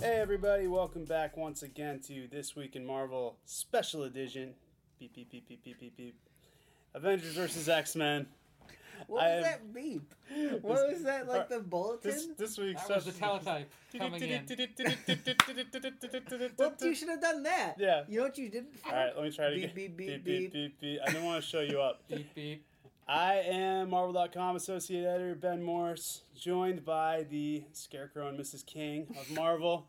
Hey everybody, welcome back once again to This Week in Marvel Special Edition. Beep beep beep beep beep beep beep. Avengers versus X Men. What I was have- that beep? What was that like the This bulletin? this week's That was the special- teletype coming in. Well, you should have done that. Yeah. You know what you did before? All right, let me try to Beep, again. beep, beep beep, beep. beep beep. I didn't want to show you up. Beep beep. I am Marvel.com associate editor Ben Morse, joined by the Scarecrow and Mrs. King of Marvel,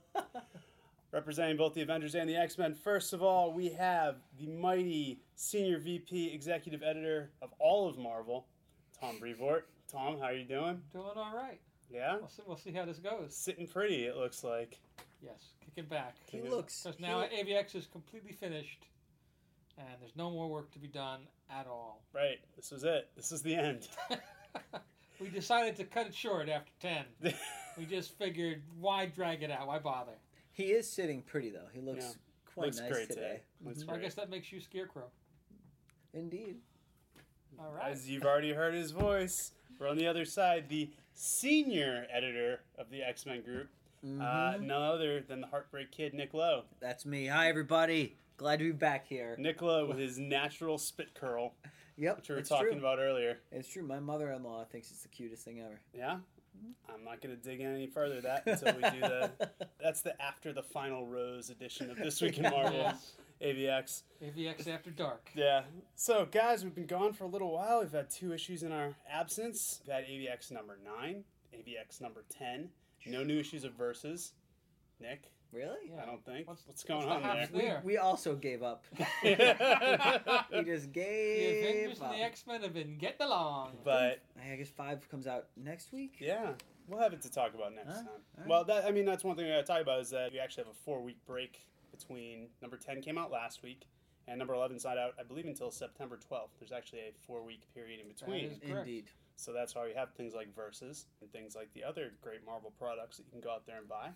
representing both the Avengers and the X Men. First of all, we have the mighty senior VP, executive editor of all of Marvel, Tom Brevoort. Tom, how are you doing? Doing all right. Yeah, We'll see, we'll see how this goes. sitting pretty. It looks like. Yes, kick it back. He looks. Because now he- AVX is completely finished, and there's no more work to be done at all. Right, this was it. This is the end. we decided to cut it short after 10. We just figured, why drag it out? Why bother? he is sitting pretty though. He looks Yeah. quite Looks nice great today. today. Looks So I great. guess that makes you Scarecrow. Indeed. All right. As you've already heard his voice, we're on the other side, the senior editor of the X Men group, Mm-hmm. uh, none other than the Heartbreak Kid, Nick Lowe. That's me. Hi everybody. Glad to be back here. Nick Lowe with his natural spit curl, Yep. which we Mm-hmm. were it's talking true. about earlier. It's true. My mother-in-law thinks it's the cutest thing ever. Yeah? I'm not going to dig in any further that until we do the. That's the after the final rose edition of This Week in Marvel, Yes. AVX. AVX After Dark. Yeah. So, guys, we've been gone for a little while. We've had two issues in our absence. We've had AVX number 9, AVX number 10. No new issues of Verses. Nick, Really? I don't think. What's, What's- going what's the on haps We, There. we also gave up. there? we just The gave Avengers and up. the X Men have been getting along. but, I guess five comes out next week. yeah, we'll have it to talk about next All right, time. all right. Well, that I mean, that's one thing we got to talk about is that we actually have a four week break between number 10 came out last week. And number 11 's not out, I believe, until September 12th. There's actually a four week period in between. is Correct. Indeed. So that's why we have things like Versus and things like the other great Marvel products that you can go out there and buy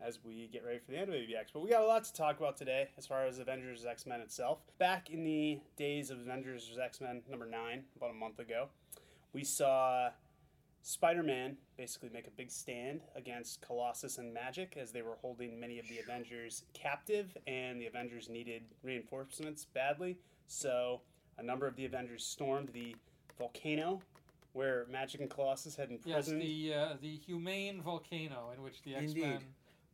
as we get ready for the end of AVX. But we got a lot to talk about today as far as Avengers X Men itself. Back in the days of Avengers X Men number nine, about a month ago, we saw Spider Man basically make a big stand against Colossus and Magic as they were holding many of the Avengers captive, and the Avengers needed reinforcements badly. So a number of the Avengers stormed the volcano where Magic and Colossus had Yes, imprisoned. the, uh, the humane volcano in which the X Men Indeed.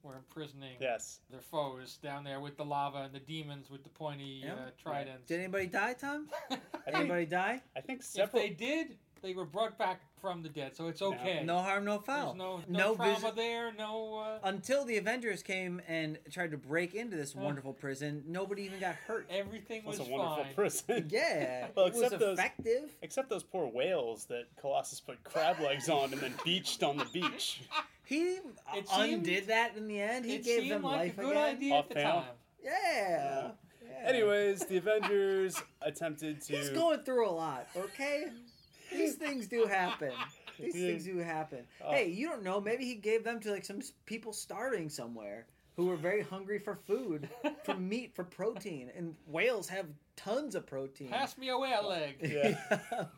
were imprisoning Yes. their foes down there with the lava and the demons with the pointy Yeah. uh, tridents. Did anybody die, Tom? I think, Anybody die? I think if several. they did, they were brought back from the dead, so it's okay. No harm, no foul. There's no, no, trauma visi- there. No. Uh, Until the Avengers came and tried to break into this Uh. wonderful prison, nobody even got hurt. everything was That's a wonderful fine. prison. Yeah, Well, it was except those- effective. Except those poor whales that Colossus put crab legs on and then beached on the beach. He It undid seemed- that in the end. He it gave seemed them like life a good again. idea Off at the panel. time. Yeah. yeah. Anyways, the Avengers attempted to. he's going through a lot. Okay, these things do happen. These Yeah. things do happen. Oh. Hey, you don't know. Maybe he gave them to like some s- people starving somewhere who were very hungry for food, for meat, for protein. And whales have tons of protein. Pass me a whale leg. Yeah.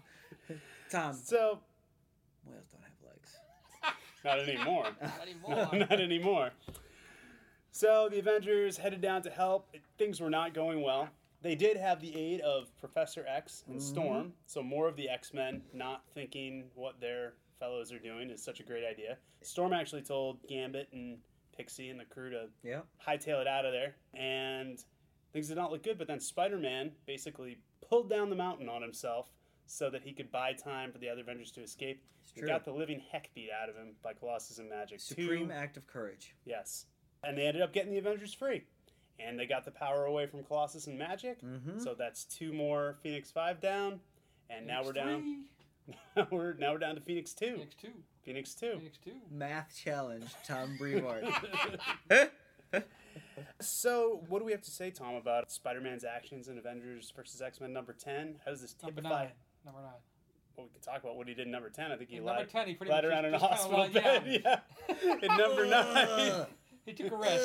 Tom, So, whales don't have legs. not anymore. Not anymore. not anymore. So the Avengers headed down to help. Things were not going well. They did have the aid of Professor X and Storm, so more of the X Men not thinking what their fellows are doing is such a great idea. Storm actually told Gambit and Pixie and the crew to Yeah. hightail it out of there, and things did not look good. But then Spider Man basically pulled down the mountain on himself so that he could buy time for the other Avengers to escape. He true. got the living heck beat out of him by Colossus and Magic. Supreme Two- act of courage. Yes. And they ended up getting the Avengers free. And they got the power away from Colossus and Magic. Mm-hmm. Mhm. So that's two more Phoenix 5 down. And now we're down. Three. Now we're, now we're down to Phoenix 2. Phoenix two. Phoenix 2. Phoenix two. Math challenge, Tom Brevoort. So, what do we have to say, Tom, about Spider Man's actions in Avengers versus X Men number 10? How does this Number typify nine. Number nine. Well, we could talk about what he did in number 10? I think he In lied. number ten, he pretty lied much around in just, a just hospital kinda lied bed. Yeah. in number 9. He took a rest.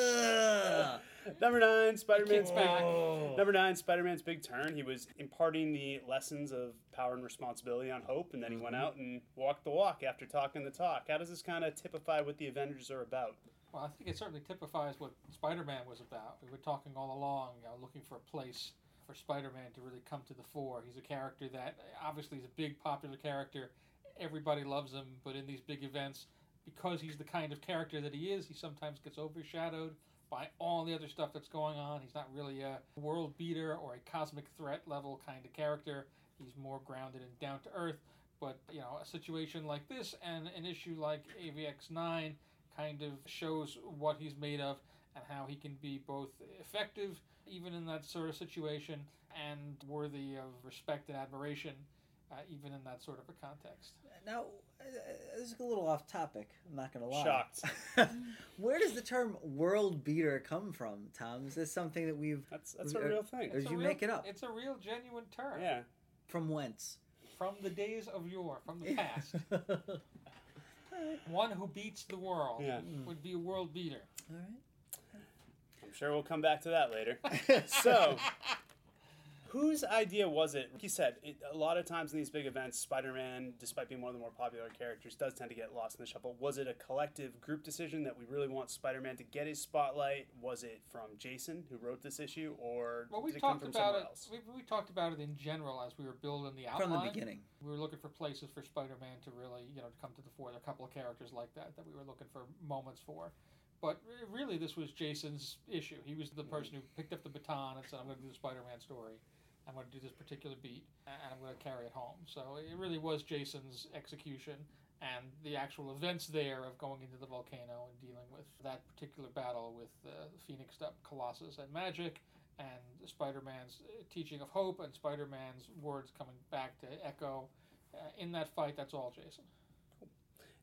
number 9, Spider Man's Kid's back. back. Number nine, Spider Man's big turn. He was imparting the lessons of power and responsibility on Hope, and then he Mm-hmm. went out and walked the walk after talking the talk. How does this kind of typify what the Avengers are about? Well, I think it certainly typifies what Spider-Man was about. We were talking all along, you know, looking for a place for Spider-Man to really come to the fore. He's a character that obviously is a big popular character. Everybody loves him, but in these big events, because he's the kind of character that he is, he sometimes gets overshadowed by all the other stuff that's going on. He's not really a world beater or a cosmic threat level kind of character. He's more grounded and down to earth. But you know, a situation like this and an issue like AVX nine kind of shows what he's made of and how he can be both effective, even in that sort of situation, and worthy of respect and admiration, uh, even in that sort of a context. Now, uh, this is a little off topic. I'm not going to lie. Shocked. Where does the term world beater come from, Tom? Is this something that we've. That's that's a Uh, real thing. Or did It's a you real- make it up? It's a real genuine term Yeah. From whence? from the days of yore, from the past. One who beats the world Yeah. would be a world beater. All I'm sure we'll come back to that later. right. So, whose idea was it? Like you said, it, a lot of times in these big events, Spider Man, despite being one of the more popular characters, does tend to get lost in the shuffle. Was it a collective group decision that we really want Spider Man to get his spotlight? Was it from Jason, who wrote this issue, or Well, we did it come talked from about somewhere it. else? We, we talked about it in general as we were building the outline. From the beginning. we were looking for places for Spider-Man to really, you know, to come to the fore. There are a couple of characters like that that we were looking for moments for, but re- really this was Jason's issue. He was the person who picked up the baton and said, "I'm going to do the Spider-Man story. I'm going to do this particular beat, a- and I'm going to carry it home." So it really was Jason's execution and the actual events there of going into the volcano and dealing with that particular battle with uh, Phoenixed up Colossus and Magic and Spider-Man's uh, teaching of hope and Spider-Man's words coming back to Echo. Uh, in that fight, that's all Jason.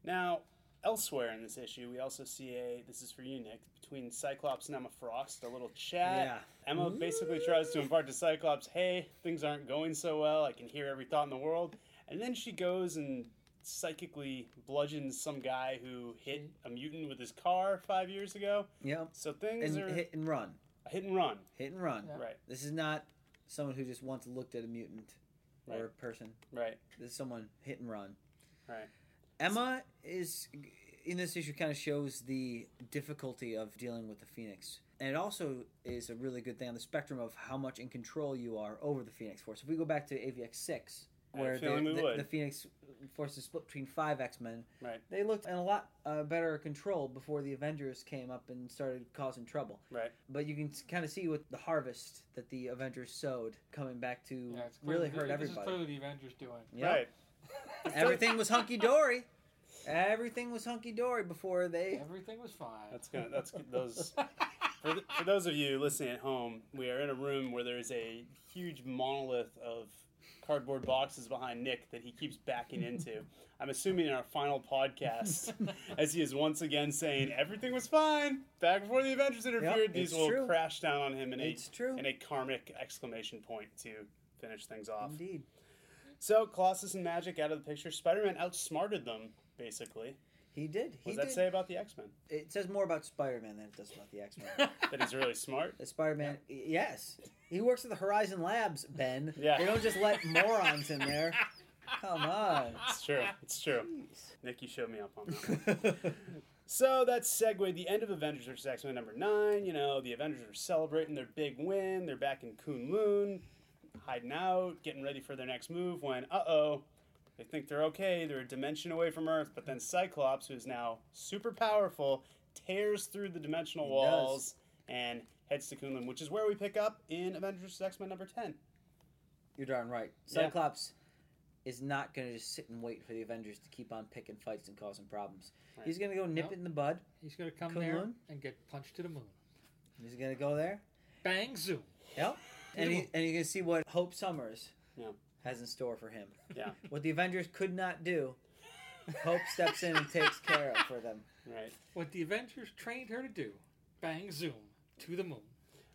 Now, elsewhere in this issue, we also see a this is for you, Nick, between Cyclops and Emma Frost, a little chat. Yeah. Emma basically tries to impart to Cyclops, hey, things aren't going so well. I can hear every thought in the world. And then she goes and psychically bludgeons some guy who hit a mutant with his car five years ago. Yeah. So things And are hit and run. a hit and run. Hit and run. Yeah. Right, This is not someone who just once looked at a mutant or a person. right. This is someone hit and run. Right. Emma is in this issue kind of shows the difficulty of dealing with the Phoenix. And it also is a really good thing on the spectrum of how much in control you are over the Phoenix Force. If we go back to AVX six, I have a where the, feeling we the, would. the Phoenix Force is split between five X Men, Right. They looked in a lot uh, better control before the Avengers came up and started causing trouble. Right. But you can kind of see what the harvest that the Avengers sowed coming back to Yeah, it's clear, Mm. really hurt this This is everybody. clearly the Avengers doing. Yep. Right. Everything was hunky dory. Everything was hunky dory before they. Everything was fine. That's gonna. That's those. For, th- for those of you listening at home, we are in a room where there is a huge monolith of cardboard boxes behind Nick that he keeps backing into. I'm assuming in our final podcast, as he is once again saying everything was fine back before the Avengers interfered, these it's will true. crash down on him in a It's true. in a karmic exclamation point to finish things off. Indeed. So Colossus and Magic out of the picture. Spider-Man outsmarted them basically. He did. What He does that did. say about the X-Men? It says more about Spider Man than it does about the X Men. That he's really smart. The Spider Man, yes. He works at the Horizon Labs, Ben. Yeah. They don't just let morons in there. Come on. It's true. It's true. Jeez. Nick, you showed me up on that. one. so that segued the end of Avengers vs. X Men number nine. You know, the Avengers are celebrating their big win. They're back in Kunlun, hiding out, getting ready for their next move when, uh oh, they think they're okay. They're a dimension away from Earth. But then Cyclops, who's now super powerful, tears through the dimensional He does. walls and heads to Kunlun, which is where we pick up in Avengers X Men number 10. You're darn right. Yeah. Cyclops is not going to just sit and wait for the Avengers to keep on picking fights and causing problems. Right. He's going to go nip Nope. it in the bud. He's going to come Come there on. and get punched to the moon. He's going to go there. Bang zoom. Yep. And, he, and you're going to see what Hope Summers Yeah. has in store for him. Yeah. What the Avengers could not do, Hope steps in and takes care of for them. Right. What the Avengers trained her to do. Bang zoom to the moon.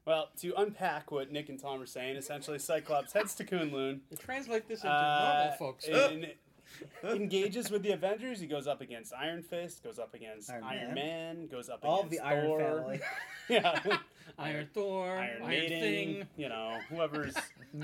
Well, to unpack what Nick and Tom were saying, essentially Cyclops heads to Kunlun. You translate this into Uh, normal folks. and engages with the Avengers. He goes up against Iron Fist, goes up against Iron, Man. Iron Man. goes up All of against the Iron Thor. Family. yeah, Iron Thor, Iron Iron Maiden. Thing. You know, whoever's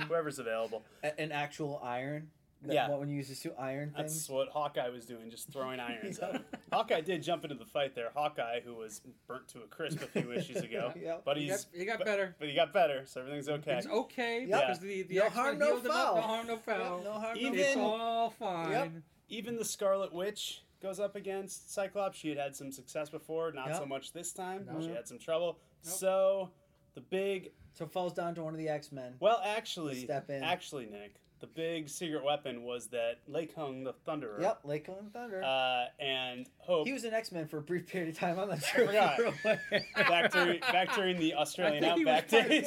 whoever's available. A- An actual iron. That, Yeah. What when you use the two iron That's things? what Hawkeye was doing, just throwing irons at him. Hawkeye did jump into the fight there. Hawkeye, who was burnt to a crisp a few issues ago, Yep. but He got, he's he got but- better. but he got better, so everything's okay. It's okay Yeah. because the the No X-Men harm, no healed him up, foul. No harm, no foul. Yep, no harm, no Even- It's foul. all fine. Even the Scarlet Witch goes up against Cyclops. She had had some success before, not Yep. so much this time. No. She had some trouble. Nope. So the big, So it falls down to one of the X Men. well, actually, Step in. actually, Nick, the big secret weapon was that Lake Hung the Thunderer. Yep, Lake and Thunder. Uh, and Hope he was an X Men for a brief period of time. I'm not sure. forgot. if you're aware. back during back during the Australian think he was outback part of the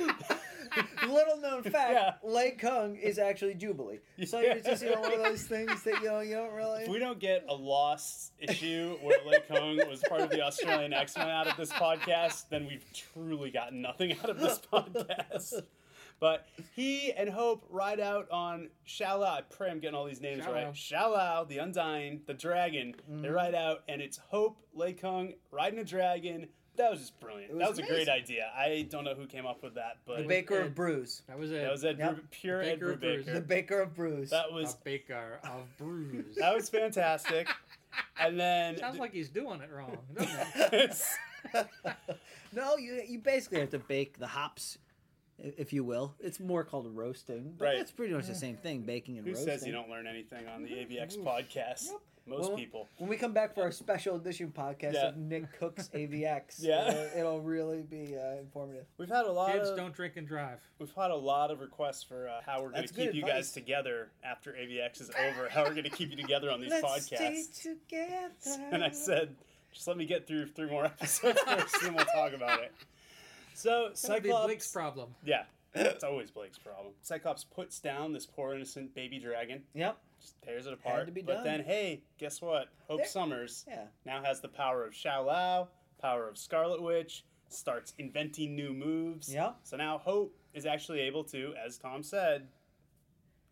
days. Little known fact: Yeah. Lake Kung is actually Jubilee. So Yeah. it's just you know one of those things that you know you don't really. If we don't get a lost issue where Lake Hung was part of the Australian X Men out of this podcast, then we've truly gotten nothing out of this podcast. But he and Hope ride out on Shallow. I pray I'm getting all these names Shallow. right. Shallow, the Undying, the Dragon. They Mhm. ride out, and it's Hope, Lake Hung riding a dragon. That was just brilliant. It that was was a great amazing. idea. I don't know who came up with that, The but Baker Ed- of Brews. That was it. that was Ed Yep. Bru- pure Ed Baker of Brews. The Brubaker. Baker of Brews. That was a baker of brews. that was fantastic. And then Sounds like he's doing it wrong. Doesn't it? no, you you basically have to bake the hops, i- if you will. It's more called roasting, but Right. that's pretty much the same thing, baking and Who roasting. says you don't learn anything on the AVX podcast? Yep. Most Well, people. When we come back for our special edition podcast Yeah. of Nick Cook's AVX, Yeah. it'll, it'll really be uh, informative. We've had a lot Kids of don't drink and drive. we've had a lot of requests for uh, how we're going That's to keep good you advice. guys together after AVX is over. How we're going to keep you together on these Let's podcasts? stay together. And I said, just let me get through three more episodes first, and then we'll talk about it. So That'd be Blake's Cyclops, problem. yeah, it's always Blake's problem. Cyclops puts down this poor innocent baby dragon, "Yep, just tears it apart. to be but done. then, hey, guess what? Hope There- Summers yeah, now has the power of Xiao Lao, power of Scarlet Witch, starts inventing new moves. Yeah. So now Hope is actually able to, as Tom said,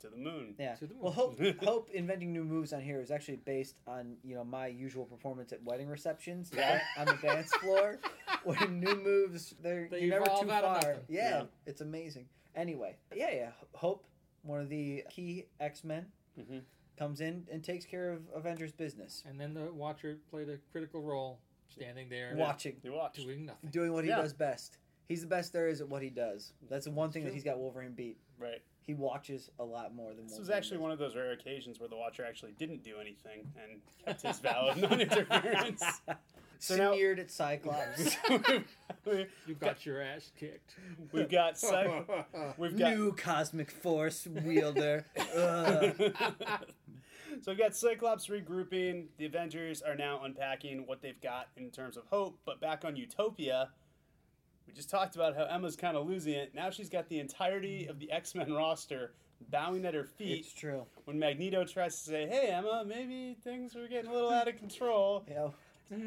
to the moon. yeah." To the moon. Well, hope hope inventing new moves on here is actually based on you know my usual performance at wedding receptions Yeah. on the dance floor. when new moves they're They you're never evolve too out of far. nothing. Yeah, Yeah. it's amazing. Anyway, yeah, yeah. Hope, one of the key X Men, Mhm. comes in and takes care of Avengers business, And then the Watcher played a critical role, standing there, watching, You watch. doing nothing. doing what he Yeah. does best. He's the best there is at what he does. That's the one thing that true. he's got Wolverine beat. Right. He watches a lot more than This was Wolverine actually does. one of those rare occasions where the Watcher actually didn't do anything and kept his vow of non interference. So now- Sneered at Cyclops. You got your ass kicked. We've got Cy- We've got New cosmic force wielder. Ugh. Uh, so we've got Cyclops regrouping. The Avengers are now unpacking what they've got in terms of hope. But back on Utopia, we just talked about how Emma's kind of losing it. Now she's got the entirety of the X Men roster bowing at her feet it's true. when Magneto tries to say, "Hey, Emma, maybe things are getting a little out of control." You know,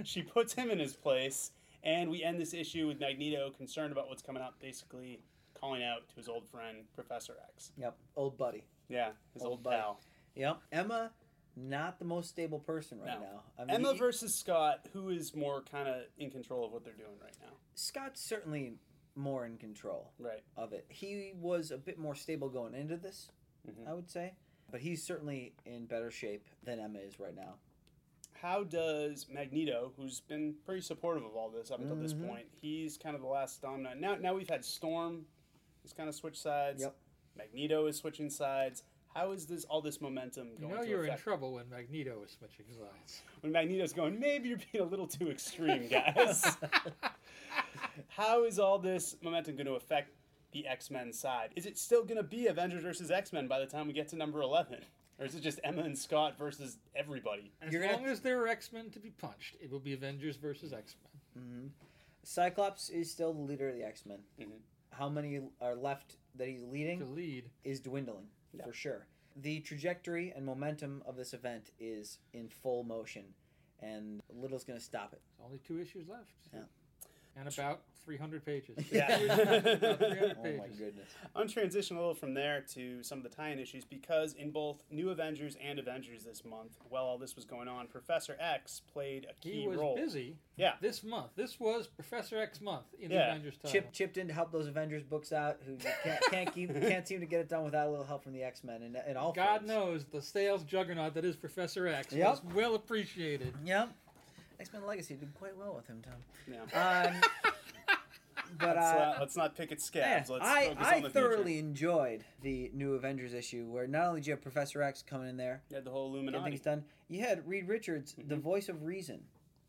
She puts him in his place, and we end this issue with Magneto concerned about what's coming up, basically calling out to his old friend Professor X. yep, old buddy. Yeah, his Old old, buddy. pal. Yep. Emma, not the most stable person right No. now. I mean, Emma he- versus Scott, who is more kind of in control of what they're doing right now? Scott's certainly more in control Right. of it. He was a bit more stable going into this, Mhm. I would say. But he's certainly in better shape than Emma is right now. How does Magneto, who's been pretty supportive of all this up until this Mhm. point, he's kind of the last dominant. Now, now we've had Storm, he's kind of switched sides. Yep. Magneto is switching sides. How is this all this momentum You going know to you're in affect- trouble when Magneto is switching sides. when Magneto's going? Maybe you're being a little too extreme, guys. How is all this momentum going to affect the X Men side? Is it still going to be Avengers versus X Men by the time we get to number 11? Or is it just Emma and Scott versus everybody? As You're gonna- long as there are X-Men to be punched, it will be Avengers versus X-Men. hmm Cyclops is still the leader of the X Men. Mhm. How many are left that he's leading? To lead, is dwindling Yeah. for sure. The trajectory and momentum of this event is in full motion, and little's going to stop it. there's only two issues left. Yeah. and about 300 pages. Yeah. about 300 Oh my pages. goodness. I'm transitioning a little from there to some of the tie-in issues because in both New Avengers and Avengers this month, while all this was going on, Professor X played a key He was role. busy. Yeah. This month. This was Professor X month in the Yeah. Avengers title. Chip chipped in to help those Avengers books out who can't, can't keep can't seem to get it done without a little help from the X Men and, and all. God folds. knows the sales juggernaut that is Professor X Yep. was well appreciated. Yep. X Men Legacy did quite well with him, Tom. Yeah. Um, but let's, uh, not, let's not pick at yeah, scabs. let's I, focus on I the thoroughly future. enjoyed the new Avengers issue where not only did you have Professor X coming in there, You had the whole getting Illuminati. things done, you had Reed Richards, the voice of reason,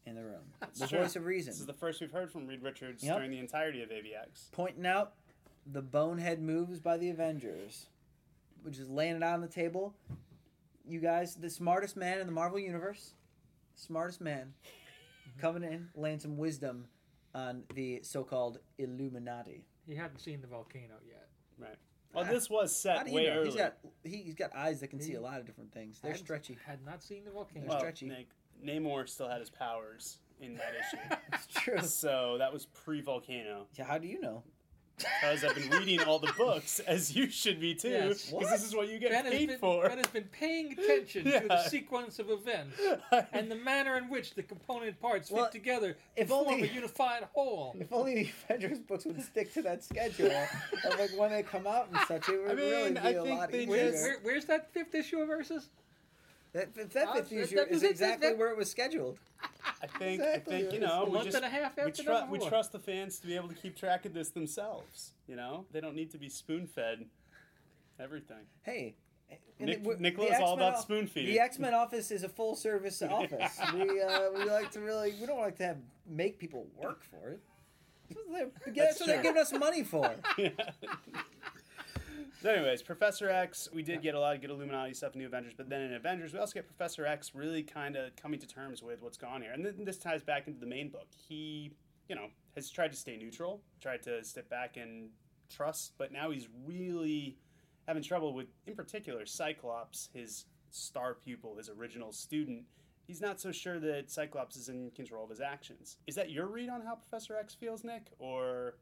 in the room. the Mm-hmm. true. voice of reason. This is the first we've heard from Reed Richards Yep. during the entirety of AVX. pointing out the bonehead moves by the Avengers, which is laying it out on the table. You guys, the smartest man in the Marvel Universe, smartest man, Mm-hmm. coming in, laying some wisdom on the so called Illuminati. He hadn't seen the volcano yet. Well, Ah, this was How set do you way know? early. He's got, he, he's got eyes that can see He- a lot of different things. They're Had- stretchy. Had not seen the volcano. well, stretchy. Nick, Namor still had his powers in that issue. It's true. so that was pre volcano. Yeah, how do you know? Because I've been reading all the books, as you should be too. Yes. Because this is what you get Ben has, paid been, for. ben has been paying attention to the Yeah. sequence of events and the manner in which the component parts Well, fit together to if form only- a unified whole. If only the Avengers books would stick to that schedule of like when they come out and such, it would I really mean, be I a think lot they easier. Where, Yes. where, where's that fifth issue of Versus? That, that, that Uh, fifth that- issue that- is that- exactly that- where it was scheduled. I think, Exactly. I think you It's know, a we month just and a half we, after tru- number we one. trust the fans to be able to keep track of this themselves. You know, they don't need to be spoon fed everything. Hey, and Nick, it- we're- Nick the Lowe's all X-Men about off- spoon feeding. The X Men office is a full service office. we uh, we like to really we don't like to have make people work for it. That's what they're, that's what they're true. giving us money for. So anyways, Professor X, we did get a lot of good Illuminati stuff in New Avengers, but then in Avengers, we also get Professor X really kind of coming to terms with what's gone here. And th- this ties back into the main book. He, you know, has tried to stay neutral, tried to step back and trust, but now he's really having trouble with, in particular, Cyclops, his star pupil, his original student. He's not so sure that Cyclops is in control of his actions. Is that your read on how Professor X feels, Nick? Or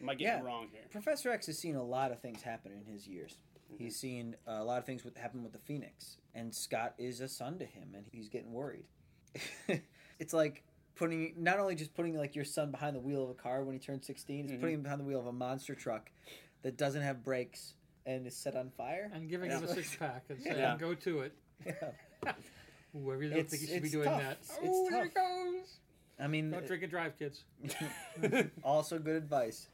am I getting Yeah. it wrong here? Professor X has seen a lot of things happen in his years. He's seen a lot of things with, happen with the Phoenix, and Scott is a son to him, and he's getting worried. it's like putting not only just putting like your son behind the wheel of a car when he turns sixteen, it's Mhm. putting him behind the wheel of a monster truck that doesn't have brakes and is set on fire. And giving him a Yeah. six pack and saying, Yeah. go to it. Yeah. Ooh, I really don't It's- think you should be it's doing tough. that. It's- oh, it's there it tough. goes. I mean, Don't drink and drive, kids. also good advice.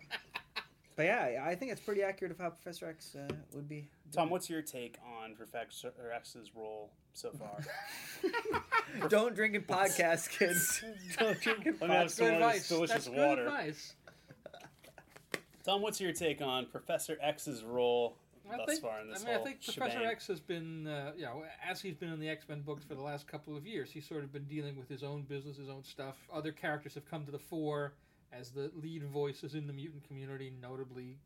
But yeah, I think it's pretty accurate of how Professor X uh, would be. Tom, what's your take on Professor X's role so far? Don't drink in podcasts, kids. Don't drink in Let me have podcasts. some of this Good advice. delicious That's good water. advice. Tom, what's your take on Professor X's role I thus think- far in this I mean, I whole think Professor shebang? X has been, uh, you know, as he's been in the X Men books for the last couple of years, he's sort of been dealing with his own business, his own stuff. Other characters have come to the fore as the lead voices in the mutant community, notably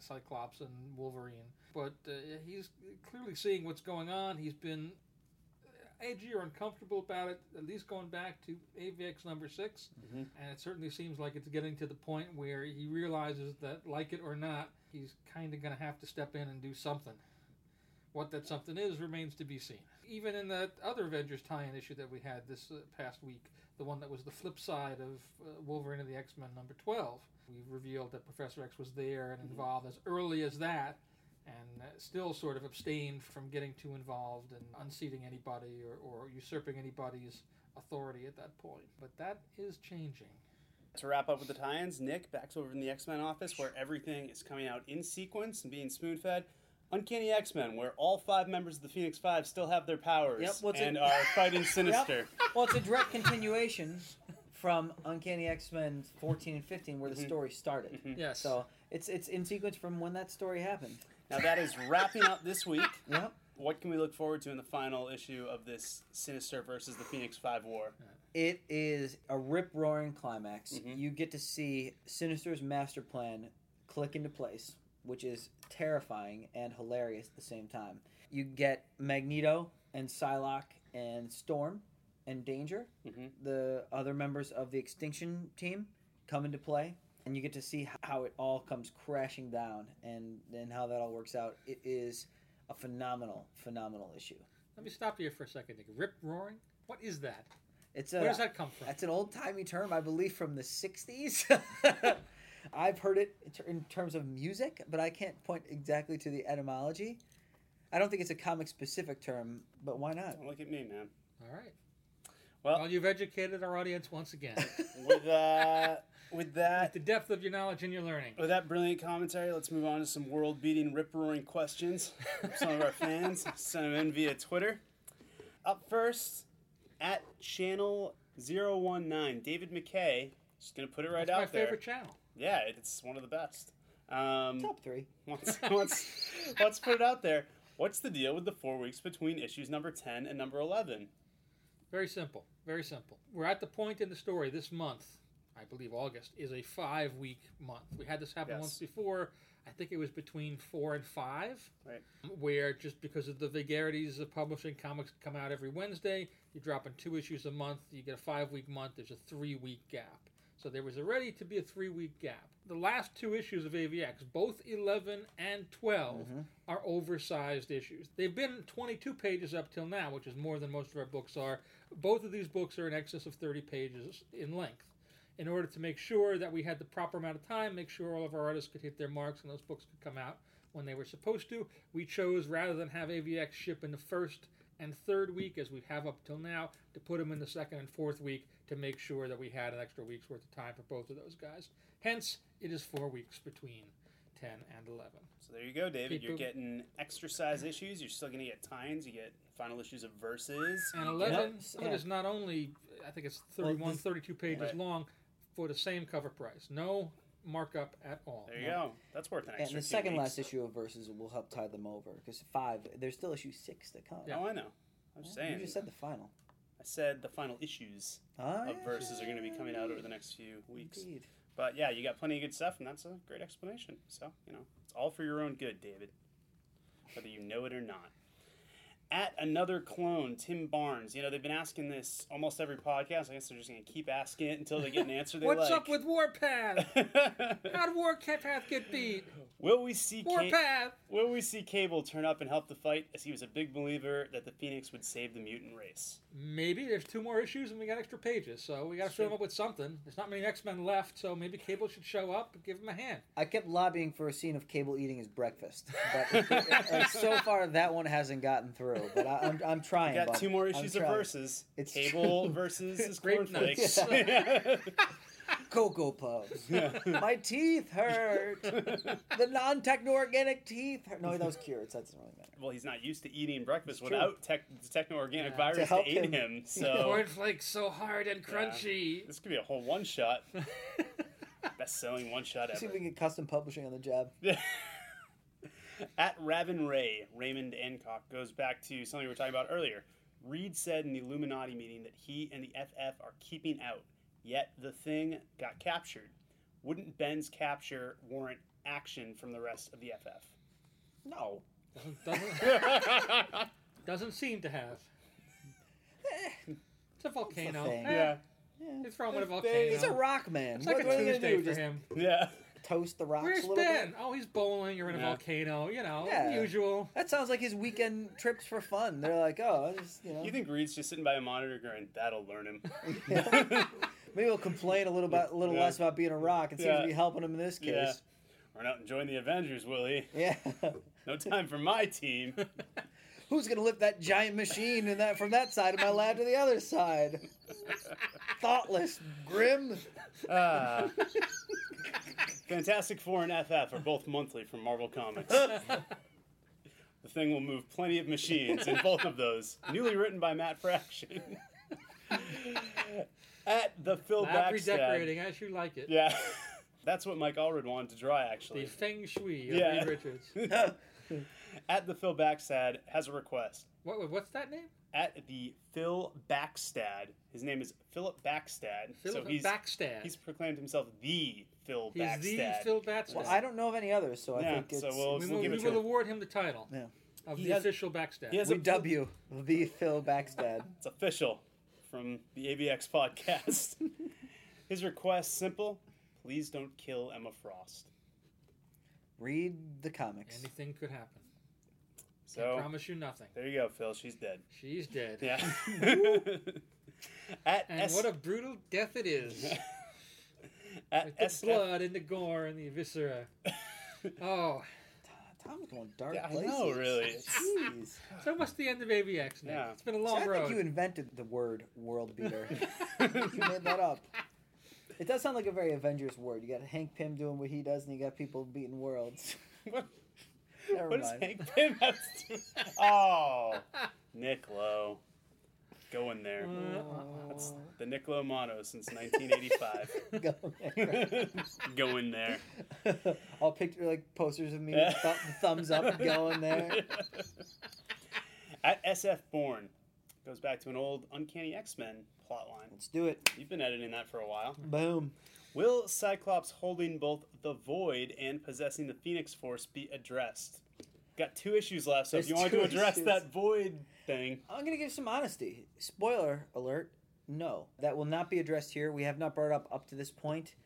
Cyclops and Wolverine. But uh, he's clearly seeing what's going on. He's been edgy or uncomfortable about it, at least going back to AVX number 6 Mhm. And it certainly seems like it's getting to the point where he realizes that, like it or not, he's kind of going to have to step in and do something. What that something is remains to be seen. Even in that other Avengers tie-in issue that we had this uh, past week, the one that was the flip side of uh, Wolverine and the X-Men number 12, we revealed that Professor X was there and involved as early as that and uh, still sort of abstained from getting too involved and unseating anybody or, or usurping anybody's authority at that point. But that is changing. To wrap up with the tie-ins, Nick backs over in the X-Men office where everything is coming out in sequence and being spoon-fed. Uncanny X-Men, where all five members of the Phoenix Five still have their powers Yep, what's and it- are fighting Sinister. Well, it's a direct continuation from Uncanny X Men 14 and 15, where the Mhm. story started. Yes. So it's it's in sequence from when that story happened. Now that is wrapping up this week. Yep. What can we look forward to in the final issue of this Sinister versus the Phoenix Five war? It is a rip roaring climax. Mhm. You get to see Sinister's master plan click into place, which is terrifying and hilarious at the same time. You get Magneto and Psylocke and Storm and Danger, Mhm. the other members of the Extinction team, come into play, and you get to see how it all comes crashing down and then how that all works out. It is a phenomenal, phenomenal issue. Let me stop you for a second. Nick. Rip roaring. What is that? It's uh, Where a does that come from? that's an old timey term, I believe, from the '60s. I've heard it in ter- in terms of music, but I can't point exactly to the etymology. I don't think it's a comic specific term, but why not? Don't look at me, man. All right. Well- well, you've educated our audience once again. With uh, with At that the depth of your knowledge and your learning. with that brilliant commentary, let's move on to some world beating, rip roaring questions. from Some of our fans sent them in via Twitter. Up first, at channel 019, David McKay. Just gonna put it right It's my out there. favorite channel. Yeah, it's one of the best. Um, Top three. Let's, let's, let's put it out there. What's the deal with the four weeks between issues number 10 and number 11? Very simple. Very simple. We're at the point in the story this month, I believe August, is a five week month. We had this happen Yes. once before. I think it was between four and five. Right. Where just because of the vagaries of publishing, comics come out every Wednesday. You're dropping two issues a month. You get a five week month. There's a three week gap. So there was already to be a three week gap. The last two issues of AVX, both 11 and 12, Mm-hmm. Mm-hmm. are oversized issues. They've been 22 pages up till now, which is more than most of our books are. Both of these books are in excess of 30 pages in length. In order to make sure that we had the proper amount of time, make sure all of our artists could hit their marks and those books could come out when they were supposed to, we chose rather than have AVX ship in the first and third week as we have up till now to put them in the second and fourth week to make sure that we had an extra week's worth of time for both of those guys. Hence, it is four weeks between 10 and 11. So there you go, David. You're People- getting extra size issues. You're still going to get tines. You get final issues of verses. And 11 Yes, some of it yeah. is not only, I think it's Well, 31, this- 32 pages Right. long for the same cover price. No markup at all. There you go. That's worth an And extra the two second weeks. last issue of Versus will help tie them over because five, there's still issue six to come. Oh, I know. I'm just saying. You just said the final. I said the final issues Ah, of yeah. verses are going to be coming out over the next few weeks. Indeed. But yeah, you got plenty of good stuff, and that's a great explanation. So, you know, it's all for your own good, David, whether you know it or not. At another clone, Tim Barnes. You know, they've been asking this almost every podcast. I guess they're just going to keep asking it until they get an answer they What's like. up with Warpath? with. How'd Warpath get beat? will, we see Ca- Warpath! will we see Cable turn up and help the fight as he was a big believer that the Phoenix would save the mutant race? Maybe there's two more issues and we got extra pages, so we got to fill them up with something. There's not many X Men left, so maybe Cable should show up and give him a hand. I kept lobbying for a scene of Cable eating his breakfast, but like, so far that one hasn't gotten through. But I, I'm, I'm We trying. got bud. two more I'm issues of trying. verses. It's Cable true. versus his Grape cornflakes. Cocoa Puffs. Yeah. My teeth hurt. The non-techno organic teeth. Hurt. No, that was cured. So that doesn't really matter. well, he's not used to eating breakfast It's true. without tech, the techno-organic Yeah. virus To to, help aid him. him. So Cornflakes so hard and crunchy. Oh. this could be a whole one-shot, best-selling one-shot Let's see if ever. we can get custom publishing on the job. At Raven Ray, Raymond Ancock goes back to something we were talking about earlier. Reed said in the Illuminati meeting that he and the FF are keeping out, yet the thing got captured. Wouldn't Ben's capture warrant action from the rest of the No. Doesn't, doesn't, FF? doesn't seem to have. It's a volcano. thing. Eh, Eh. yeah. Yeah. He's thrown with a It's a volcano. He's a rock man. It's like what, a what are they Tuesday gonna do? for Just him. Yeah. toast the rocks Where's a little Ben? bit. Oh, he's bowling or in a Yeah. volcano. You know, Yeah. the usual. That sounds like his weekend trips for fun. They're like, oh, I just, you know, You think Reed's just sitting by a monitor going, that'll learn him. maybe he'll complain a little about, a little Yeah. less about being a rock. It seems Yeah. to be helping him in this Yeah. case. We're not enjoying the Avengers, Willie. Yeah. No time for my team. Who's gonna lift that giant machine in that from that side of my lab to the other side? Thoughtless, grim. Ah. Fantastic Four and FF are both monthly from Marvel Comics. The thing will move plenty of machines in both of those. Newly written by Matt Fraction. At the Phil Lab Backstab. redecorating as you like it. Yeah. That's what Mike Allred wanted to draw, The actually. feng shui of Yeah. Reed Richards. At the Phil Backstab has a request. What, what's that name? at the Phil Backstad. His name is Philip Backstad. Philip so he's Backstad. he's proclaimed himself the Phil He's Backstad. the Phil Backstad. Well, I don't know of any others, so I Yeah, think it's so we'll- we we'll will, give we it to will him. award him the title Yeah. of He the has- official Backstab. he has we W the Phil Backstad. It's official from the ABX podcast. His request simple: Please don't kill Emma Frost. Read the comics. Anything could happen. Can't So promise you nothing. there you go, Phil. She's dead. She's dead. Yeah. at And S- what a brutal death it is. at With the SF blood and the gore and the viscera. Oh, Tom's going dark. Yeah, I places. know, really. Jeez. so much the end of ABX now. Yeah. It's been a See, long I road. think you invented the word world beater. you made that up. It does sound like a very Avengers word. You got Hank Pym doing what he does, and you got people beating worlds. What- Never What does mind. Hank Pym have to do? Oh, Nick Lowe. Go in there. That's the Nick Lowe motto since 1985. Go in there. Go- All picture like posters of me, with th- thumbs up, going there. At SF Born goes back to an old Uncanny X Men plotline. Let's do it. You've been editing that for a while. Boom. Will Cyclops holding both the Void and possessing the Phoenix Force be addressed? Got two issues left, so There's if you want two to address issues. that Void thing, I'm gonna give some honesty. Spoiler alert. No, that will not be addressed here. We have not brought up up to this point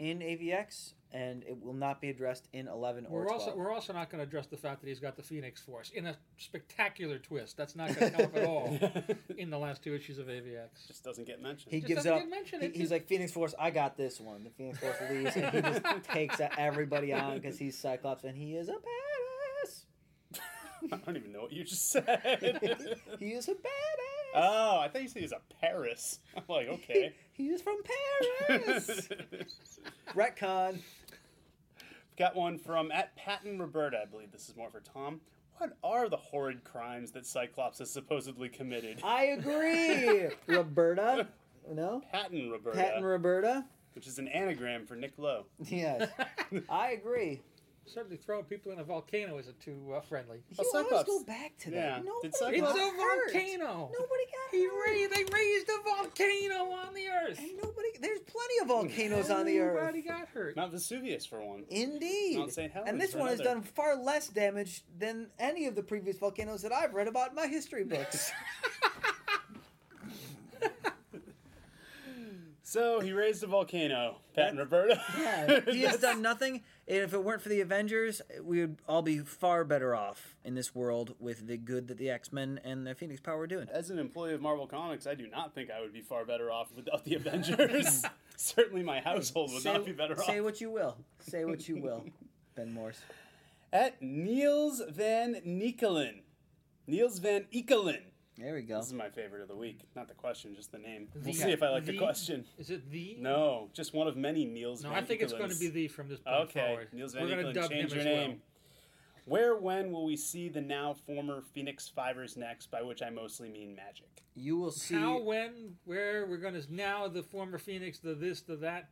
in AVX, and it will not be addressed in 11 or We're 12. also we're also not going to address the fact that he's got the Phoenix Force in a spectacular twist. That's not going to come up at all in the last two issues of AVX. just doesn't get mentioned. He Just gives doesn't up. get mentioned. He, It's he's just- like Phoenix Force. I got this one. The Phoenix Force leaves, and he just takes everybody on because he's Cyclops, and he is a badass. I don't even know what you just said. He is a badass. Oh, I thought you said he was a Paris. I'm like, okay. He, he is from Paris. Retcon. Got one from at Patton Roberta. I believe this is more for Tom. What are the horrid crimes that Cyclops has supposedly committed? I agree. Roberta. No. Patton Roberta, Patton Roberta. which is an anagram for Nick Lowe. Yes. I agree. Certainly, throwing people in a volcano isn't too uh, friendly. You Well, always Cyclops- go back to that. Yeah. Did Nobody It's Cyclops- got a hurt. volcano. Nobody got He hurt. ra- they raised a volcano on the earth. And nobody. There's plenty of volcanoes on the earth. Nobody got hurt. Mount Vesuvius for one. Indeed. Mount St. Helens and this for one has another. done far less damage than any of the previous volcanoes that I've read about in my history books. So he raised a volcano, Patton Roberta. yeah, he has That's- done nothing. And if it weren't for the Avengers, we would all be far better off in this world with the good that the X Men and the Phoenix Power are doing. As an employee of Marvel Comics, I do not think I would be far better off without the Avengers. Certainly, my household would not be better off. say what you will. Say what you will, Ben Morse. At Niels van Nicolin. Niels van Ekelin. There we go. This is my favorite of the week. Not the question, just the name. We'll The- see if I like the the- question. Is it the? No, just one of many Niels No, van I think it's going to Ekelins. be the from this point Okay, forward. Niels van We're going to Ekelin, dub change your him as name. well. Where, when will we see the now former Phoenix Fivers next, by which I mostly mean magic? You will see. How, when, where we're going to now the former Phoenix, the this, the that.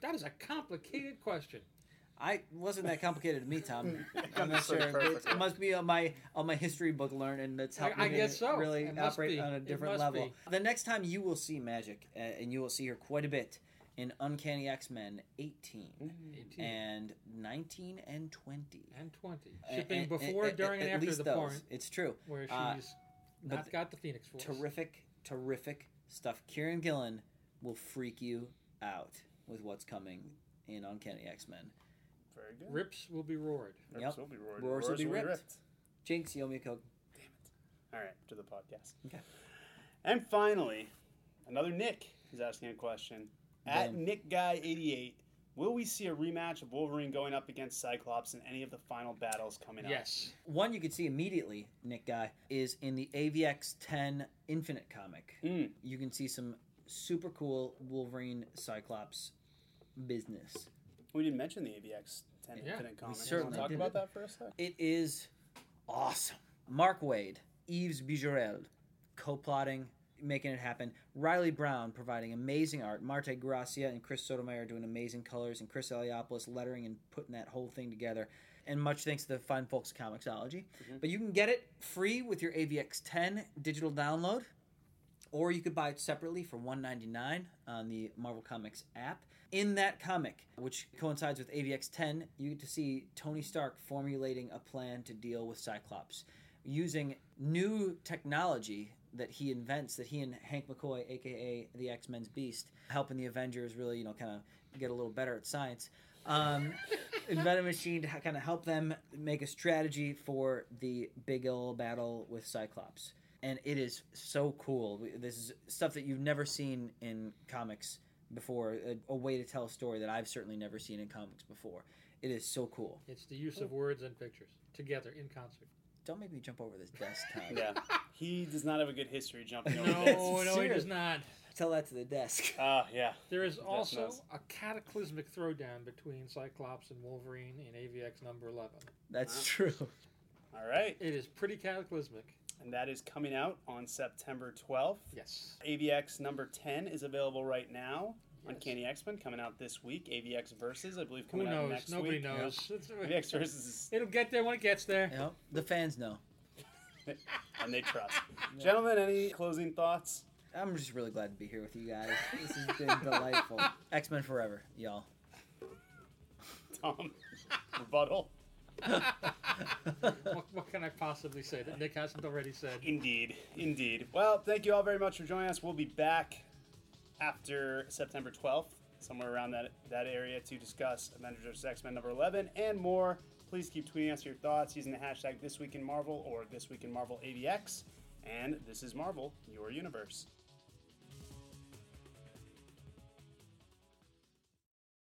That is a complicated question. I wasn't that complicated to me, Tom. I'm not That's sure. pretty It, perfect. it must be on my on my history book learning that's I- helping I guess me so. really It must operate be. on a It different must level. be. The next time you will see magic, uh, and you will see her quite a bit in Uncanny X Men 18 18 and 19 and 20. and 20. A- Shipping and- before, and- during, at and after least the those. point It's true. where she's Uh, but not got the Phoenix Force. Terrific, terrific stuff. Kieran Gillen will freak you out with what's coming in Uncanny X Men. Very good. Rips will be roared. Rips Yep. will be roared. Roars will be ripped. ripped. Jinx, you owe me a Coke. All right, to the podcast. Okay. And finally, another Nick is asking a question. At Boom. Nick Guy 88, will we see a rematch of Wolverine going up against Cyclops in any of the final battles uh, coming up? Yes. One you could see immediately, Nick Guy, is in the AVX 10 Infinite comic. Mm. You can see some super cool Wolverine Cyclops business. We didn't mention the AVX 10 Yeah, Infinite comic. certainly Certainly talk did. about that for a sec? It is awesome. Mark Wade, Yves Bijorel, co plotting, making it happen. Riley Brown providing amazing art. Marte Gracia and Chris Sotomayor doing amazing colors, and Chris Eliopoulos lettering and putting that whole thing together. And much thanks to the fine folks at Comixology. But you can get it free with your AVX 10 digital download or you could buy it separately for $1.99 on the Marvel Comics app. In that comic, which coincides with AVX 10, you get to see Tony Stark formulating a plan to deal with Cyclops using new technology that he invents that he and Hank McCoy, aka the X Men's Beast, helping the Avengers really you know kind of get a little better at science. Um, invent a machine to kind of help them make a strategy for the big ill battle with Cyclops, and it is so cool. We- This is stuff that you've never seen in comics before, a, a way to tell a story that I've certainly never seen in comics before. It is so cool. It's the use of words and pictures together in concert. Don't make me jump over this desk, Tyler. Yeah. He does not have a good history jumping over No, this. no, he does not. Tell that to the desk. Ah, yeah. There is That's also nice. a cataclysmic throwdown between Cyclops and Wolverine in AVX number 11. That's true. All right. It is pretty cataclysmic. And that is coming out on September 12th. Yes. AVX number 10 is available right now. Yes. Uncanny X Men coming out this week. AVX Versus, I believe, Who coming out knows? next Nobody week. knows. Yeah. AVX Versus is It'll get there when it gets there. You know, the fans know. and they trust. Gentlemen, any closing thoughts? I'm just really glad to be here with you guys. This has been delightful. X Men Forever, y'all. Tom, rebuttal. What, what can I possibly say that Nick hasn't already said? Indeed, indeed. Well, thank you all very much for joining us. We'll be back after September 12th, somewhere around that, that area, to discuss Avengers vs. X Men number 11 and more. Please keep tweeting us your thoughts using the hashtag This Week in Marvel or This Week in Marvel AVX. And this is Marvel, your universe.